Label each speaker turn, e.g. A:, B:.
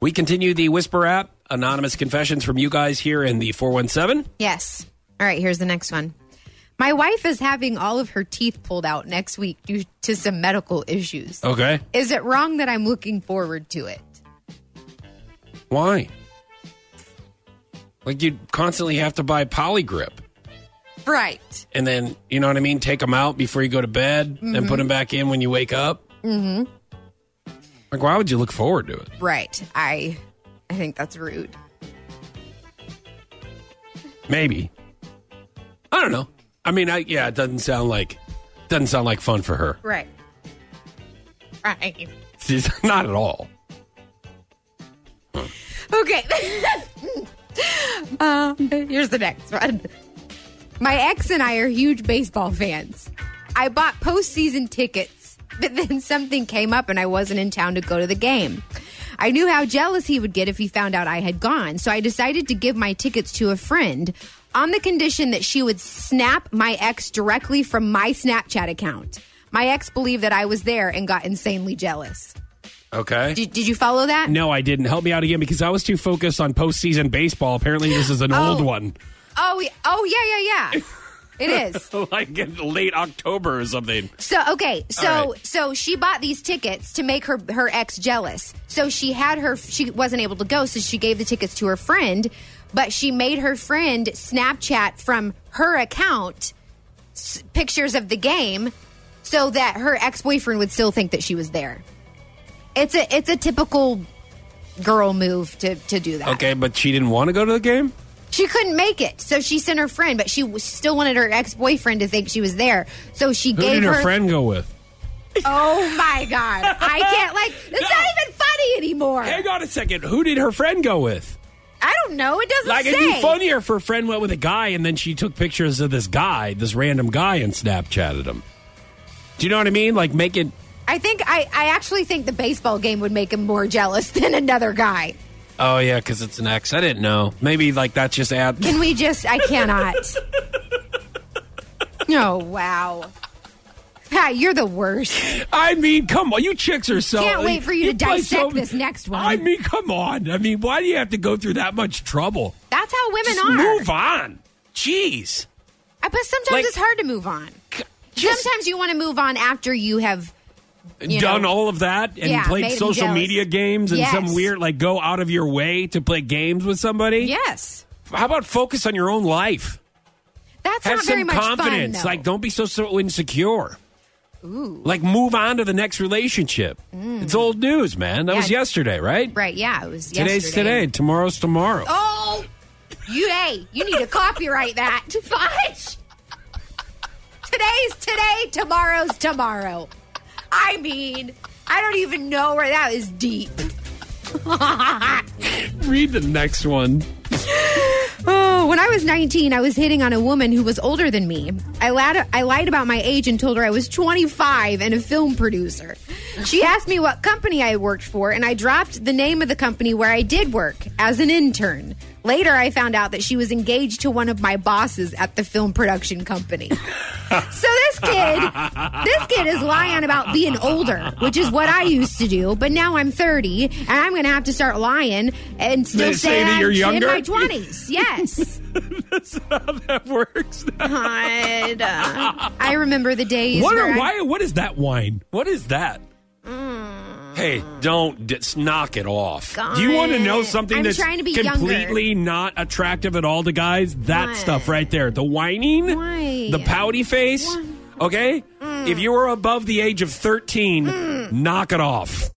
A: We continue the Whisper app, anonymous confessions from you guys here in the 417.
B: Yes. All right, here's the next one. My wife is having all of her teeth pulled out next week due to some medical issues.
A: Okay.
B: Is it wrong that I'm looking forward to it?
A: Why? Like you constantly have to buy polygrip
B: Right.
A: and then, you know what I mean? Take them out before you go to bed and put them back in when you wake up. Mm-hmm. Like, why would you look forward to it?
B: Right. I I think that's rude.
A: Maybe. I don't know. I mean, I yeah, it doesn't sound like doesn't sound like fun for her.
B: Right. Right.
A: She's not at all.
B: Okay. uh, here's the next one. My ex and I are huge baseball fans. I bought postseason tickets, but then something came up and I wasn't in town to go to the game. I knew how jealous he would get if he found out I had gone, so I decided to give my tickets to a friend on the condition that she would snap my ex directly from my Snapchat account. My ex believed that I was there and got insanely jealous.
A: Okay.
B: Did, did you follow that?
A: no, I didn't. Help me out again because I was too focused on postseason baseball. Apparently, this is an old
B: Oh.
A: one,
B: Oh, y- oh yeah, yeah, yeah. It is.
A: like in late October or something.
B: So okay, so
A: All right.
B: so she bought these tickets to make her her ex jealous. So she had her she wasn't able to go, so she gave the tickets to her friend, but she made her friend Snapchat from her account s- pictures of the game so that her ex-boyfriend would still think that she was there. It's a it's a typical girl move to to do that.
A: Okay, but she didn't want to go to the game.
B: She couldn't make it, so she sent her friend, but she w- still wanted her ex-boyfriend to think she was there. So she
A: Who
B: gave
A: did her,
B: her
A: friend go with?
B: Oh my god! I can't like. It's
A: No.
B: not even funny anymore.
A: Hang on a second. Who did her friend go with?
B: I don't know. It doesn't
A: Like,
B: say.
A: it'd be funnier if her friend went with a guy and then she took pictures of this guy, this random guy, and Snapchatted him. Do you know what I mean? Like, make it.
B: I think I, I actually think the baseball game would make him more jealous than another guy.
A: Oh yeah, because it's an ex. I didn't know. Maybe like that's just ad.
B: Can we just? I cannot. Oh wow. Pat, you're the worst.
A: I mean, come on, you chicks are so.
B: Can't wait for you to
A: play
B: dissect this next one.
A: I mean, come on. I mean, why do you have to go through that much trouble?
B: That's how women
A: Just
B: are.
A: move on. Jeez.
B: Uh, But sometimes
A: Like-
B: it's hard to move on.
A: Just
B: sometimes you want to move on after you have you
A: done
B: know.
A: all of that and
B: Yeah, made
A: played
B: him
A: social
B: jealous.
A: media games and some
B: Yes.
A: weird like go out of your way to play games with somebody.
B: Yes.
A: How about focus on your own life?
B: That's
A: Have
B: not
A: some
B: very much
A: confidence.
B: fun. though.
A: like don't be so so insecure. Ooh. Like move on to the next relationship. It's old news, man. That
B: Mm. Yeah.
A: was yesterday, right?
B: right, yeah, it was
A: Today's
B: yesterday.
A: today. Tomorrow's tomorrow.
B: Oh, you hey, you need to copyright that. Fudge. Today's today, tomorrow's tomorrow. I mean, I don't even know where that is deep.
A: Read the next one.
B: Oh, when I was 19, I was hitting on a woman who was older than me. I lied, I lied about my age and told her I was 25 and a film producer. She asked me what company I worked for, and I dropped the name of the company where I did work as an intern. Later, I found out that she was engaged to one of my bosses at the film production company. So this kid, this kid is lying about being older, which is what I used to do. But now I'm 30, and I'm going to have to start lying and still
A: They say that
B: I'm
A: you're younger?
B: in my 20s. Yes,
A: That's how that works.
B: God, uh, I remember the days.
A: What
B: where
A: are,
B: I-
A: why? What is that wine? What is that?
B: Mm.
A: Hey, don't just knock it off.
B: Got
A: Do you want to
B: it.
A: know something
B: I'm
A: that's
B: trying to be
A: completely not attractive at all to guys? That
B: What?
A: stuff right there. The whining,
B: Why? Mm.
A: the pouty face. Okay? If you were above the age of 13, knock it off.